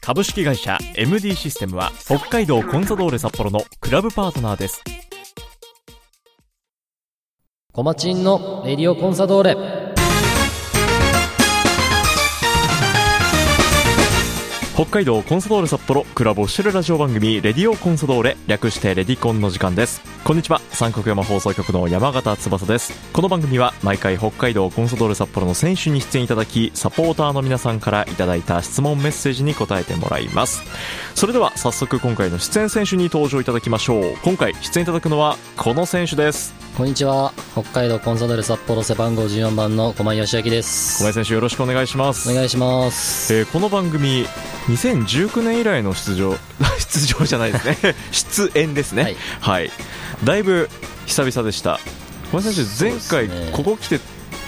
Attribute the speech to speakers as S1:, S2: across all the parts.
S1: 株式会社 MD システムは北海道コンソドーレ札幌のクラブパートナーです。
S2: コマチンのレディオコンサドーレ。
S1: 北海道コンサドーレ札幌クラブオフィシャルラジオ番組「レディオコンサドーレ」略して「レディコン」の時間ですこんにちは三国山放送局の山形翼ですこの番組は毎回北海道コンサドーレ札幌の選手に出演いただきサポーターの皆さんからいただいた質問メッセージに答えてもらいますそれでは早速今回の出演選手に登場いただきましょう今回出演いただくのはこの選手です
S2: こんにちは。北海道コンサドーレ札幌背番号14番の駒井義明です。
S1: 小林選手よろしくお願いします
S2: お願いします。
S1: えーこの番組2019年以来の出場 出場じゃないです ね出演ですねは
S2: はいい、
S1: だいぶ久々でした小林選手
S2: そう
S1: 前
S2: ですね
S1: 回ここ来て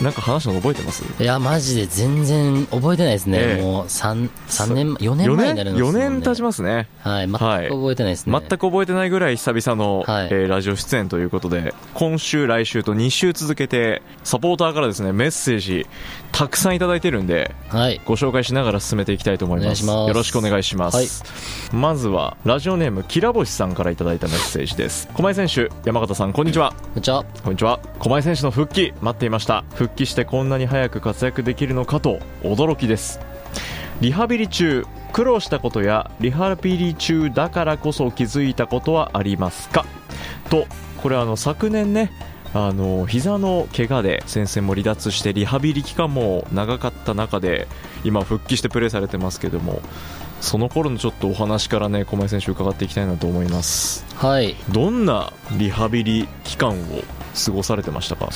S1: なんか話したの覚えてます
S2: いや、マジで全然覚えてないですね。
S1: ええ
S2: もう3、三年、4年
S1: 四
S2: 前になるんですもんね。
S1: 四年経ちますね
S2: はい、全く
S1: はい
S2: 覚えてないですね。
S1: 全く覚えてないぐらい久々の、
S2: はい
S1: えーラジオ出演ということで今週、来週と2週続けてサポーターからですねメッセージたくさんいただいてるんで
S2: はい。
S1: ご紹介しながら進めていきたいと思います
S2: お願いします
S1: よろしくお願いします、
S2: はい
S1: まずはラジオネームきらぼしさんからいただいたメッセージです駒井選手山形さんこんにちは
S2: こんにちは。
S1: こんにちは駒井選手の復帰待っていました復帰してこんなに早く活躍できるのかと驚きですリハビリ中苦労したことやリハビリ中だからこそ気づいたことはありますかとこれあの昨年ねあの膝の怪我で戦線も離脱してリハビリ期間も長かった中で今復帰してプレーされてますけどもその頃のちょっとお話からね駒井選手伺っていきたいなと思います
S2: はい。
S1: どんなリハビリ期間を過ごされてましたか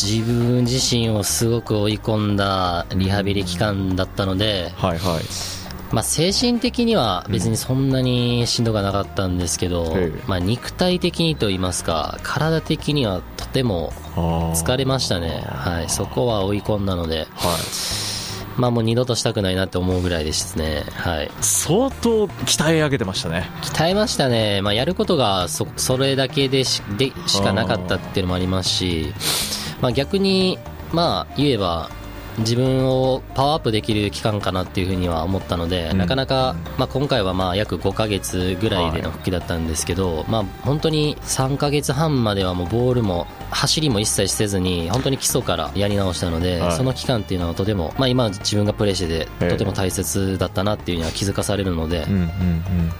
S2: 自分自身をすごく追い込んだリハビリ期間だったので、
S1: はいはい
S2: まあ、精神的には別にそんなにしんどくはなかったんですけど、
S1: ええ
S2: まあ、肉体的にと言いますか体的にはとても疲れましたね、はい、そこは追い込んだので、
S1: はい
S2: まあ、もう二度としたくないなって思うぐらいですね、はい、
S1: 相当鍛え上げてましたね
S2: 鍛えましたね、まあ、やることがそそれだけでしでしかなかったっていうのもありますし、まあ、逆に、まあ、言えば自分をパワーアップできる期間かなっていうふうには思ったので、
S1: うん
S2: なかなか、まあ、今回はまあ約5ヶ月ぐらいでの復帰だったんですけど、まあ、本当に3ヶ月半まではもうボールも走りも一切せずに本当に基礎からやり直したので、
S1: はい
S2: その期間っていうのはとても、まあ、今自分がプレーして
S1: ええ
S2: てとても大切だったなっていうには気づかされるので。
S1: うんうんう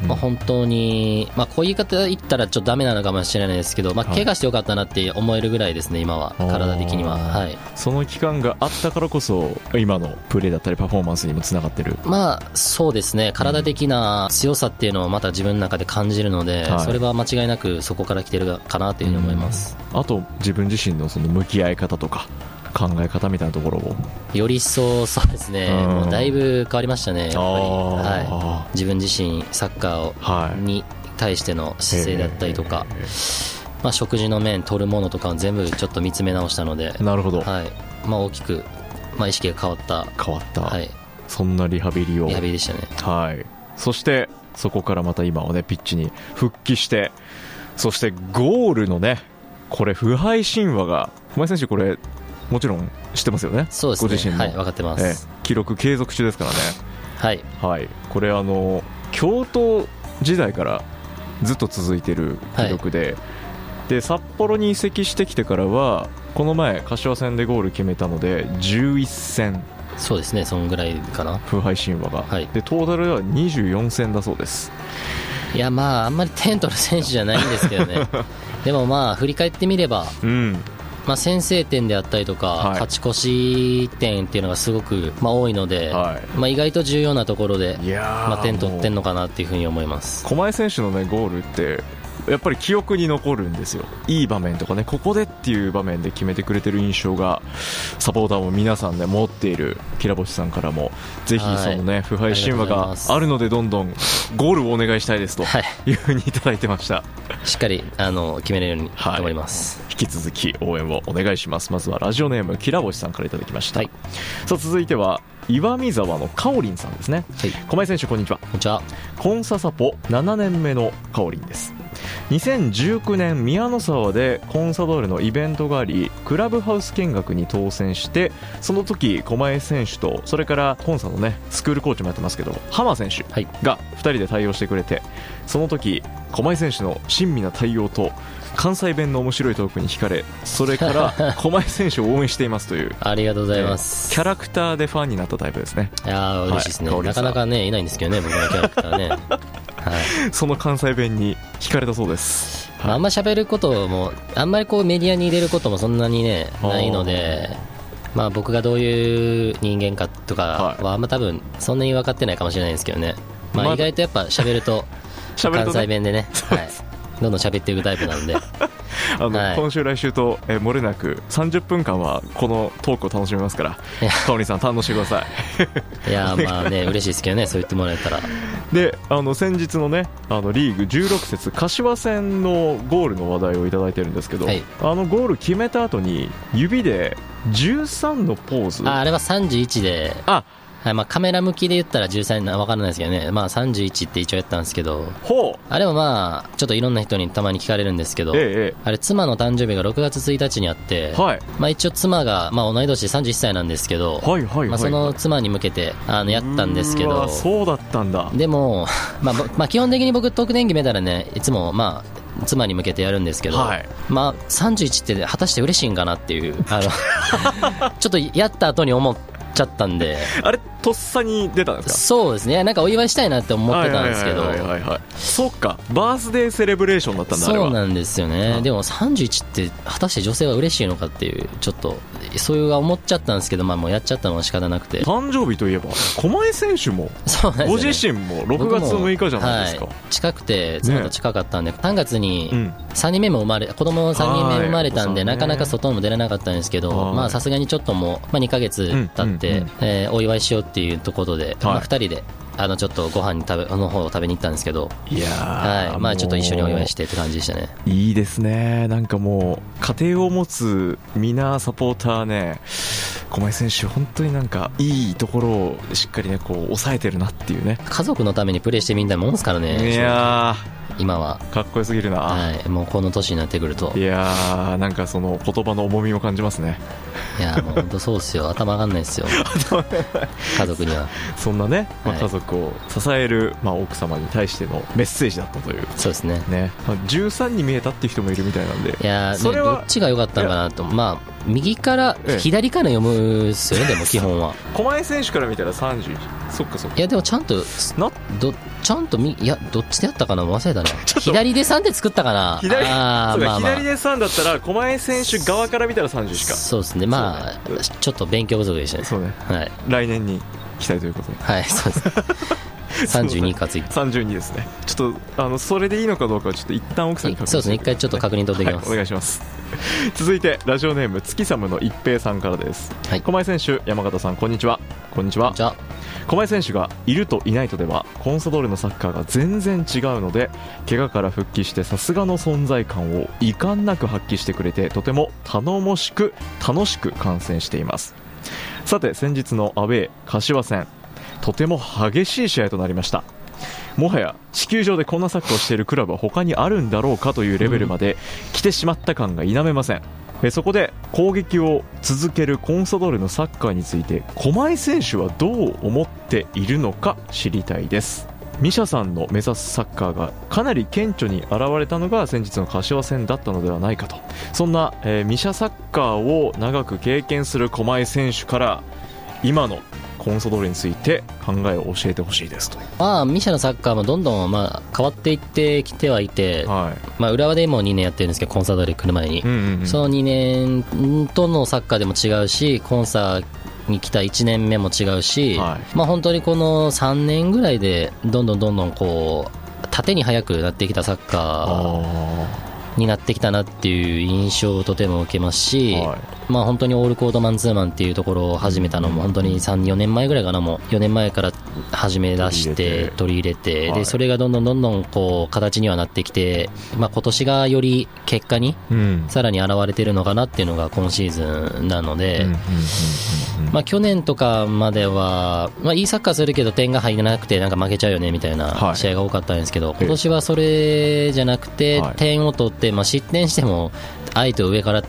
S1: んう
S2: まあ、
S1: ん
S2: 本当に、まあ、こういう言い方言ったらちょっとダメなのかもしれないですけど、まあ、
S1: はい
S2: 怪我してよかったなって思えるぐらいですね、今は、
S1: あー
S2: 体的には。はい
S1: その期間があったからこそ今のプレーだったりパフォーマンスにもつながってる
S2: まあ、そうですね、体的な強さっていうのをまた自分の中で感じるので、
S1: はい
S2: それは間違いなくそこから来てるかなというふうに思います。
S1: あと自分自身のその向き合い方とか考え方みたいなところを
S2: より一層、そうですね、
S1: うん
S2: もうだいぶ変わりましたね、やっぱり。はい、
S1: あ
S2: 自分自身、サッカーを
S1: ーはい
S2: に対しての姿勢だったりとか、まあ、食事の面、取るものとかを全部ちょっと見つめ直したので、
S1: なるほど
S2: はいまあ、大きく、まあ、意識が変わった、
S1: 変わった
S2: はい、
S1: そんなリハビリを
S2: リハビリでしたね。
S1: はい、そしてそこからまた今はねピッチに復帰してそしてゴールのねこれ不敗神話が小林選手これもちろん知ってますよね
S2: そうです
S1: ご自
S2: ね。
S1: 身の、
S2: はい、分かってま
S1: ええ
S2: す。
S1: 記録継続中ですからね、
S2: はい。
S1: はい、これあの京都時代からずっと続いてる記録で、で札幌に移籍してきてからはこの前柏戦でゴール決めたので11戦
S2: そうですね。そんぐらいかな。
S1: 不敗神話が、
S2: はい
S1: でトータルでは24戦だそうです
S2: いや、まあ、あんまりテントの選手じゃないんですけ どね。でもまあ、振り返ってみれば、
S1: うん
S2: まあ、先制点であったりとか、
S1: はい
S2: 勝ち越し点っていうのがすごく、まあ、多いので、
S1: は
S2: まあ、意外と重要なところで
S1: い、、いやー
S2: まあ、点取ってん
S1: も
S2: のかなっていうふうに思いま
S1: う
S2: す。
S1: 狛江選手の、ね、ゴールってやっぱり記憶に残るんですよいい場面とかねここでっていう場面で決めてくれてる印象がサポーターも皆さんね持っているきらぼしさんからもぜひ
S2: はい
S1: そのね腐敗神話
S2: ありがとうござい
S1: が
S2: ます
S1: あるのでどんどんゴールをお願いしたいです と
S2: はい
S1: いうふうにいただいてました
S2: しっかりあの決めれるように
S1: はい
S2: 頑張ります、
S1: 引き続き応援をお願いしますまずはラジオネームきらぼしさんからいただきました、
S2: はい
S1: さあ続いては岩見沢のかおりんさんですね
S2: はい、
S1: 小林選手こんにちは
S2: こんにちは
S1: コンササポ7年目のかおりんです2019年宮の沢でコンサドールのイベントがありクラブハウス見学に当選してその時狛江選手とそれからコンサのねスクールコーチもやってますけど浜選手
S2: はい
S1: が2人で対応してくれてその時狛江選手の親身な対応と関西弁の面白いトークに惹かれそれから 狛江選手を応援していますという
S2: ありがとうございます、
S1: キャラクターでファンになったタイプですね
S2: いやー嬉しいですね、
S1: はい
S2: なかなかねいないんですけどね僕のキャラクタ ーね、はい
S1: その関西弁に惹かれたそうです、
S2: まあ、あんま喋ることもあんまりこうメディアに入れることもそんなにね
S1: あー
S2: ないのでまあ僕がどういう人間かとか
S1: は
S2: はあんま多分そんなに分かってないかもしれないんですけどね、ま
S1: ま
S2: あ、
S1: あ
S2: 意外とやっぱ喋ると
S1: 喋るとね
S2: 関西弁 でねはい、どんどん喋っていくタイプなんで
S1: あの、
S2: はい
S1: 今週来週と、えー漏れなく30分間はこのトークを楽しみますから
S2: いや
S1: かおりんさん堪能してくださ
S2: いやーまあね嬉しいですけどねそう言ってもらえたら
S1: いであの先日のねあのリーグ16節柏戦のゴールの話題をいただいてるんですけど、
S2: はい
S1: あのゴール決めた後に指で13のポーズ
S2: ああれは31で
S1: あ
S2: はいまあ、カメラ向きで言ったら13な分からないですけどね、まあ、31って一応やったんですけど
S1: ほう
S2: あれはまあちょっといろんな人にたまに聞かれるんですけど、
S1: ええ
S2: あれ妻の誕生日が6月1日にあって、
S1: ええはい
S2: まあ、一応妻が、まあ、同い年で31歳なんですけど、
S1: はいはいはい、
S2: まあ、その妻に向けてあのやったんですけ
S1: う
S2: ど
S1: わそうだったんだ
S2: でも、まあぼまあ、基本的に僕特典決めたらねいつもまあ妻に向けてやるんですけど、
S1: はい
S2: まあ、31って果たして嬉しいんかなっていうあ のちょっとやった後に思っちゃったんで
S1: あれとっさに出たんですか
S2: そうですねなんかお祝いしたいなって思ってたんですけど
S1: はいはいはいはいはいそうかバースデーセレブレーションだったんだあれは
S2: そうなんですよ
S1: う
S2: ね
S1: ん
S2: でも31って果たして女性は嬉しいのかっていうちょっとそういう思っちゃったんですけどまあもうやっちゃったのは仕方な くて
S1: 誕生日といえば狛江選手 も
S2: そうなんですよ
S1: ご
S2: ね
S1: 自身も6月
S2: 僕も
S1: 6日じゃないですか、
S2: は近くて妻と近かったんで、3月に
S1: うん
S2: 3人目も生まれ子供3人目生まれたんで、
S1: はい
S2: なかなか外にも出れなかったんですけど
S1: はい
S2: まあさすがにちょっともう、まあ、2ヶ月経って、
S1: うんうんうん
S2: えーお祝いしようっていうところで、まあ、2人であのちょっとご飯に食べの方を食べに行ったんですけど、
S1: いやー
S2: はいまあ、ちょっと一緒にお祝いしててって感じでしたね
S1: いいですねなんかもう家庭を持つ皆サポーターね狛江選手本当になんかいいところをしっかりねこう抑えてるなっていうね
S2: 家族のためにプレーしてみたいなもんですからね
S1: いや
S2: 今は、
S1: ーかっこよすぎるな、
S2: はい、もうこの年になってくると
S1: い、やーなんかその言葉の重みを感じますね
S2: いや、もう本当そうっすよ、頭上がんないっ すよ、家族には、
S1: そんなね、まあ、
S2: はい
S1: 家族を支える、まあ、奥様に対してのメッセージだったという
S2: そうですね、
S1: ね、まあ13に見えたっていう人もいるみたいなんで
S2: いや
S1: そ
S2: ー、ね、
S1: れ
S2: ど
S1: は
S2: っちが良かったのかなと、まあ、右から
S1: ええ、
S2: 左から読むっすよね、でも基本は。
S1: 狛江選手から見たら31そっかそっ
S2: い
S1: か
S2: や、でもちゃんと、
S1: な
S2: どちゃんとみ、いや、どっちでやったかな、忘れたな、
S1: ちょっと
S2: 左で3で作ったかな、
S1: 左
S2: あ
S1: そう
S2: ー
S1: だ
S2: まあま
S1: 左
S2: あ。
S1: で3だったら狛江選手側から見たら30しか
S2: そうですね、まあ、
S1: そうね
S2: ちょっと勉強不足でしたね。
S1: そうね
S2: はい、
S1: 来年に期待ということで
S2: はい、そ うです。32かついて。
S1: 32ですねちょっとあのそれでいいのかどうかはちょっと一旦奥さんに確認
S2: そうですね、一回ちょっと確認取ってきます。
S1: はい、お願いします続いてラジオネーム月寒の一平さんからです、
S2: はい
S1: 狛江選手山形さんこんにちはこんにちは
S2: じゃあ、
S1: 小林選手がいるといないとではコンサドールのサッカーが全然違うので怪我から復帰してさすがの存在感を遺憾なく発揮してくれてとても頼もしく楽しく観戦していますさて先日のアウェー柏戦とても激しい試合となりましたもはや地球上でこんなサッカーをしているクラブは他にあるんだろうかというレベルまで来てしまった感が否めませんえそこで攻撃を続けるコンサドールのサッカーについて駒井選手はどう思っているのか知りたいですミシャさんの目指すサッカーがかなり顕著に現れたのが先日の柏戦だったのではないかとそんな、えーミシャサッカーを長く経験する駒井選手から今のコンサドールについて考えを教えてほしいですという
S2: まあ、ミシャのサッカーもどんどん、まあ、変わっていってきてはいて、
S1: は
S2: まあ、浦和でも2年やってるんですけど、コンサドートで来る前に
S1: い、。ん
S2: その2年とのサッカーでも違うし、コンサに来た1年目も違うし、
S1: は
S2: まあ、本当にこの3年ぐらいで、どんどんどんどんこう、縦に速くなってきたサッカーになってきたなっていう印象をとても受けますし、
S1: はい
S2: まあ、本当にオールコードマンツーマンっていうところを始めたのも本当に3、4年前ぐらいかなもう4年前から始め出して取り入れて
S1: はい
S2: でそれがどんどんどんどんこう形にはなってきて、まあ、今年がより結果に
S1: うん
S2: さらに現れてるのかなっていうのが今シーズンなので、
S1: うんうんうんうん
S2: まあ、去年とかまでは、まあ、いいサッカーするけど点が入らなくてなんか負けちゃうよねみたい
S1: は
S2: ない試合が多かったんですけど、
S1: え
S2: 今年はそれじゃなくて
S1: はい
S2: 点を取って、まあ、失点しても相手を上から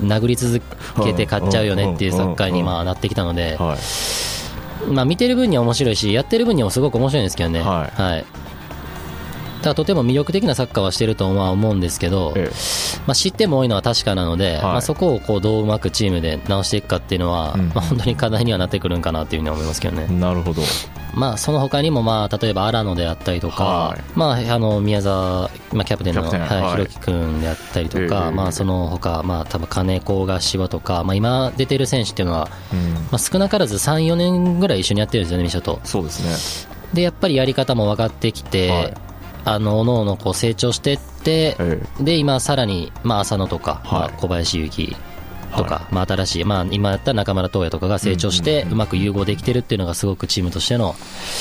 S2: 殴り続けて勝っちゃうよねっていうサッカーにまあなってきたので、
S1: はい
S2: まあ、見てる分には面白いしやってる分にもすごく面白いんですけどね。
S1: は
S2: はいだからとても魅力的なサッカーはしてるとまあ思うんですけど、
S1: え
S2: まあ、知っても多いのは確かなので、
S1: い
S2: まあ、そこをこうどううまくチームで直していくかっていうのは、
S1: うん
S2: まあ、本当に課題にはなってくるんかなというふうに思いますけどね、
S1: えなるほど
S2: まあ、その他にも、まあ、例えば荒野であったりと
S1: は
S2: か
S1: い、
S2: まあ、あの宮澤、まあ、キャプテンの
S1: キャプテンはい
S2: はいひろき君であったりと
S1: え
S2: か、
S1: え
S2: まあ、その他、まあ、多分金子が芝とか、まあ、今出てる選手っていうのは、
S1: うん
S2: まあ、少なからず3、4年ぐらい一緒にやってるんですよね、ミシャと。
S1: そうです
S2: でやっぱりやり方も分かってきて、
S1: はい
S2: あのおのおのこう成長してって、
S1: え
S2: で今さらに、まあ、浅野とか、
S1: はい
S2: まあ小林勇輝とか、まあ、新しい、まあ、今やった中村東也とかが成長して、うまく融合できてるっていうのがすごくチームとしての、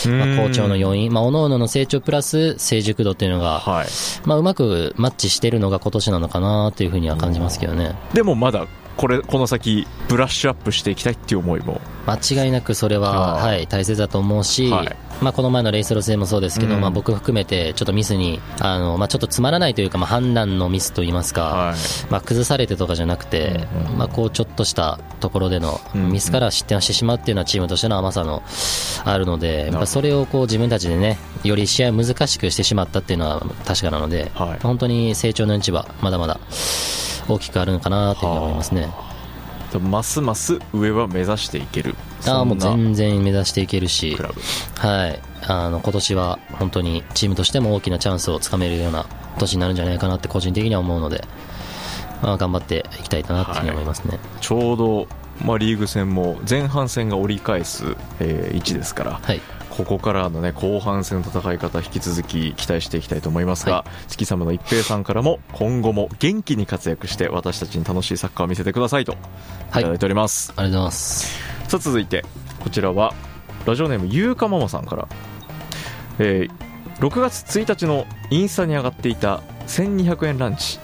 S1: ね
S2: まあ、好調の
S1: う
S2: 要因、まあ、おのおのの成長プラス成熟度っていうの
S1: ん
S2: が、
S1: はい
S2: まあ、うまくマッチしてるのが今年なのかなというふうには感じますけどね
S1: でもまだこれこの先ブラッシュアップしていきたいっていう思いも
S2: 間違いなくそれは、
S1: あー
S2: はい、大切だと思うし、
S1: はい
S2: まあ、この前のレイスロスでもそうですけど、
S1: うん
S2: まあ、僕含めてちょっとミスにあの、まあ、ちょっとつまらないというか、まあ、判断のミスといいますか、
S1: はい
S2: まあ、崩されてとかじゃなくて、
S1: うん
S2: まあ、こうちょっとしたところでの
S1: うん
S2: ミスから失点をしてしまうっていうのはチームとしての甘さのあるので、やっぱそれをこう自分たちでねより試合を難しくしてしまったっていうのは確かなので、
S1: はい
S2: 本当に成長のうちはまだまだ大きくあるのかなというふうに思いますね。
S1: ますます上は目指していける
S2: あ
S1: そ
S2: あもうん
S1: な
S2: 全然目指していけるし
S1: ク、ラブ
S2: はい、あの今年は本当にチームとしても大きなチャンスをつかめるような年になるんじゃないかなって個人的には思うので、まあ、頑張っていきたいかなというふうに思いますね。
S1: ちょうど、まあ、リーグ戦も前半戦が折り返す、えー位置ですから
S2: はい
S1: ここからの、ね、後半戦の戦い方引き続き期待していきたいと思いますが、
S2: は
S1: 月様の一平さんからも今後も元気に活躍して私たちに楽しいサッカーを見せてくださいとい
S2: は
S1: た
S2: い
S1: だいております、
S2: ありがとうございます。
S1: さあ続いてこちらはラジオネームゆうかママさんから、えー6月1日のインスタに上がっていた1200円ランチ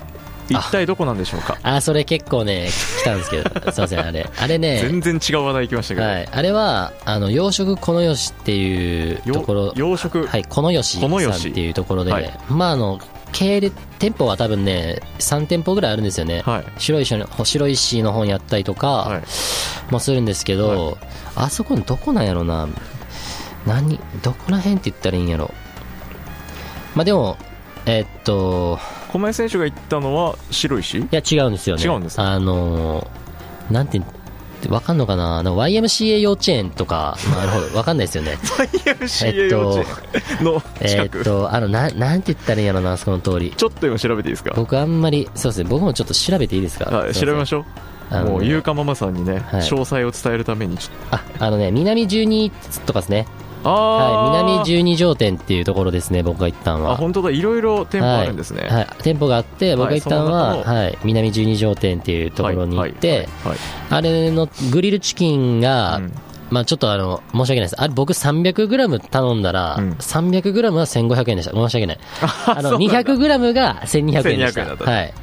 S1: 一体どこなんでしょうか
S2: あ、それ結構ね、来たんです けど、すいません、あれ。あれね、
S1: 全然違う話題いきましたけど、
S2: はい、あれは、あの、養殖このよしっていう
S1: よ
S2: ところ、
S1: 洋食、
S2: はい、このよしさ
S1: こ
S2: ん
S1: のよ
S2: っ
S1: して
S2: いうところで、
S1: はい
S2: まあ、あの、系列、店舗は多分ね、3店舗ぐらいあるんですよね。
S1: はい
S2: 白石の白石の方にあったりと
S1: は
S2: か
S1: い、
S2: もするんですけど、あそこのどこなんやろな何どこら辺って言ったらいいんやろまあでもえっと
S1: 小林選手が行ったのは白 石
S2: いや、違うんですよね。
S1: 違うんですか
S2: あのーなんて、わかんのかななんか YMCA 幼稚園とか、まあなる ほど、わかんないですよね。
S1: YMCA 幼稚園の
S2: え
S1: 近
S2: ー
S1: く、
S2: っと、あの、な、なんて言ったらいいんやろな、あそこの通り。
S1: ちょっと今調べていいですか
S2: 僕あんまり、そうですね、僕もちょっと調べていいですか
S1: はい、調べま
S2: し
S1: しょう
S2: あのね
S1: もうゆうかママさんにね、
S2: はい
S1: 詳細を伝えるためにちょっと
S2: あ、あのね、南12とかですね。
S1: あ
S2: はい、
S1: ー
S2: 南12条店っていうところですね、僕が行ったの
S1: あ
S2: は。
S1: 本当だいろいろ店舗あるんですね、
S2: はい、はい店舗があって、僕が行ったの
S1: はい
S2: は、
S1: その中
S2: はい、南十二条店っていうところに行って、
S1: はいはい
S2: あれのグリルチキンが、
S1: うん
S2: まあちょっとあの、申し訳ないです。あれ僕 300g 頼んだら、
S1: うん
S2: 300g は1500円でした。申し訳ない。あの、
S1: そうなんだ
S2: 200g が1200円でし
S1: 1200円だった
S2: た。はい。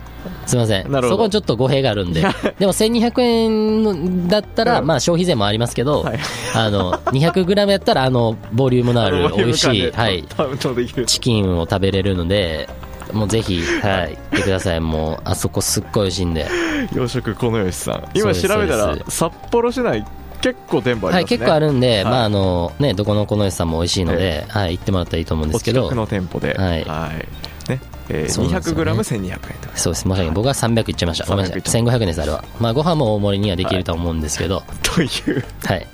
S2: すいません。
S1: なるほど
S2: そこちょっと語弊があるん で。でも1200円のだったら、
S1: うん
S2: まあ消費税もありますけど、
S1: はい
S2: あの、200g やったらあの、ボリュームのあ
S1: あの
S2: る
S1: ボリューム
S2: 美味しい、
S1: 感
S2: は
S1: で
S2: い、
S1: 担当できる
S2: チキンを食べれるので、もうぜひ、はい、行ってください。もう、あそこすっごい美味しいんで。
S1: 洋食このよしさん
S2: そう
S1: 今
S2: です
S1: 調べた
S2: そう
S1: ら
S2: で
S1: 札幌市内結構店舗あ
S2: は
S1: り
S2: い、
S1: ますね
S2: 結構あるんで、
S1: い
S2: まあ、あの、ね、どこのこのよしさんも美味しいので、はい、行ってもらったらいいと思うんで
S1: お
S2: すけど
S1: 近く、の店舗では
S2: はいい
S1: ねえ
S2: そう
S1: ー
S2: なんですよね
S1: 200g1200 円と
S2: そうです申し訳ない僕は300いっちゃいましたごめんなさい
S1: 300
S2: 1500円ですあれはまあご飯も大盛りにはできるとは思うんですけど
S1: という
S2: はい、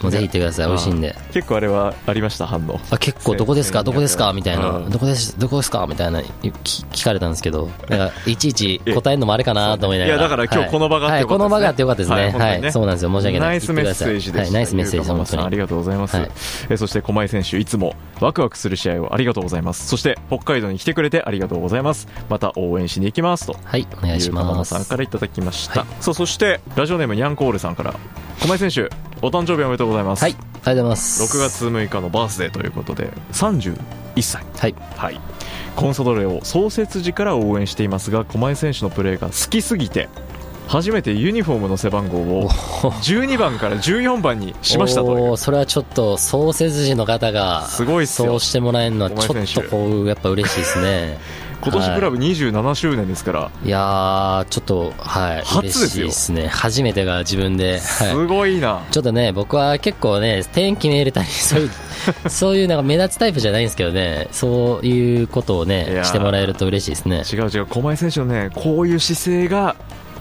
S2: もうぜひ行ってください美味しいんで
S1: 結構あれはありました反応
S2: あ結構どこですか
S1: 1200
S2: どこですかみたいな、
S1: うん
S2: どこですどこですかみたいな聞聞かれたんですけどなんかいち いち答えるのもあれかなと思いながら
S1: いやだから今日この場があってよか
S2: は
S1: っ
S2: い、
S1: た
S2: こ
S1: ですね
S2: の場があってよかったですね
S1: は
S2: はいい、
S1: 本当にね
S2: そうなんですよ申し訳ない
S1: ナイスメッセージで
S2: 言
S1: し
S2: ってくださいはい、
S1: た
S2: ナイスメッセージです
S1: ゆうか
S2: 本
S1: ママさ
S2: 当
S1: ん
S2: に
S1: ありがとうございます、
S2: はい
S1: えーそして狛江選手いつもワクワクする試合をありがとうございますそして北海道に来てくれてありがとうございますまた応援しに行きますと
S2: はいお願いし
S1: ゆうかマ
S2: ま
S1: マ
S2: す
S1: さんからいただきました、
S2: は
S1: そうそしてラジオネームにゃんこールさんから狛江選手お誕生日おめでとうございます、
S2: はいありがとうございます
S1: 6月6日のバースデーということで31歳
S2: はい
S1: はい、コンソドレを創設時から応援していますが狛江選手のプレーが好きすぎて初めてユニフォームの背番号を12番から14番にしましたとい
S2: お
S1: う
S2: ーそれはちょっと創設時の方が
S1: すごいっすよ
S2: そうしてもらえるのは
S1: 小前
S2: ち
S1: 選
S2: ょ
S1: 手
S2: っとこうやっぱ嬉しいですね
S1: 今年クラ
S2: ブ、
S1: ブ27周年ですから、
S2: い、いやーちょっとはい
S1: 初ですよ
S2: 嬉しいですね初めてが自分で、は
S1: すごいな、
S2: い、ちょっとね僕は結構ね点決めれたり そういうそういうなんか目立つタイプじゃないんですけどねそういうことを
S1: いや
S2: ね
S1: ー
S2: してもらえると嬉しいですね
S1: 違う違う狛江選手のねこういう姿勢が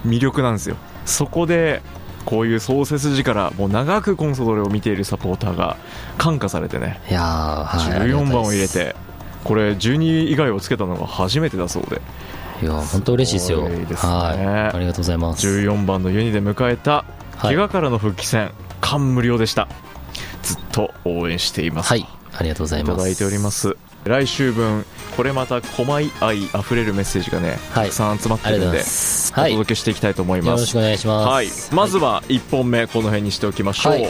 S1: 魅力なんですよそこでこういう創設時からもう長くコンソドレを見ているサポーターが感化されてね
S2: いやー、はい、ありがた
S1: 14
S2: いです
S1: 番を入れてこれ12以外をつけたのが初めてだそうで
S2: いやー本当嬉しいですよ
S1: すごいですね
S2: はいありがとうございます
S1: 14番のユニで迎えた
S2: はい
S1: 怪我からの復帰戦、感無量でしたずっと応援しています、
S2: はいありがとうござい
S1: い
S2: ま
S1: た
S2: す
S1: だいております来週分これまた狛江愛あふれるメッセージがね、
S2: はい
S1: たくさん集まっ
S2: あ
S1: て
S2: りがとう
S1: るんで
S2: ございます
S1: お
S2: はい
S1: 届けしていきたいと思い
S2: よ
S1: ま
S2: ろし
S1: す
S2: くお願いします。
S1: はい、まずは1本目この辺にしておきましょう、
S2: はい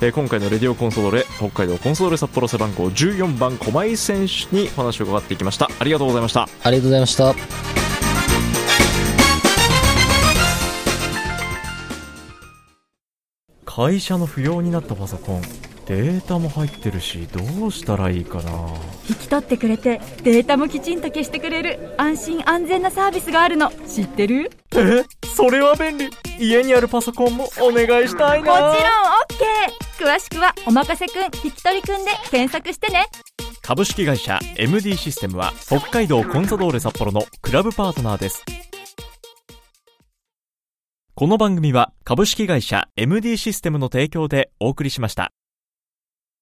S1: えー今回のレディオコンソドレ北海道コンソドレ札幌背番号14番狛江選手にお話を伺っていきましたありがとうございました
S2: ありがとうございました。
S1: 会社の不要になったパソコンデータも入ってるしどうしたらいいかな
S3: 引き取ってくれてデータもきちんと消してくれる安心安全なサービスがあるの知ってる
S1: それは便利家にあるパソコンもお願いしたい
S3: もちろん OK 詳しくは「おまかせくん引き取りくん」で検索してね
S1: 株式会社 MD システムは北海道コンサドーレ札幌のクラブパートナーですこの番組は株式会社 MD システムの提供でお送りしました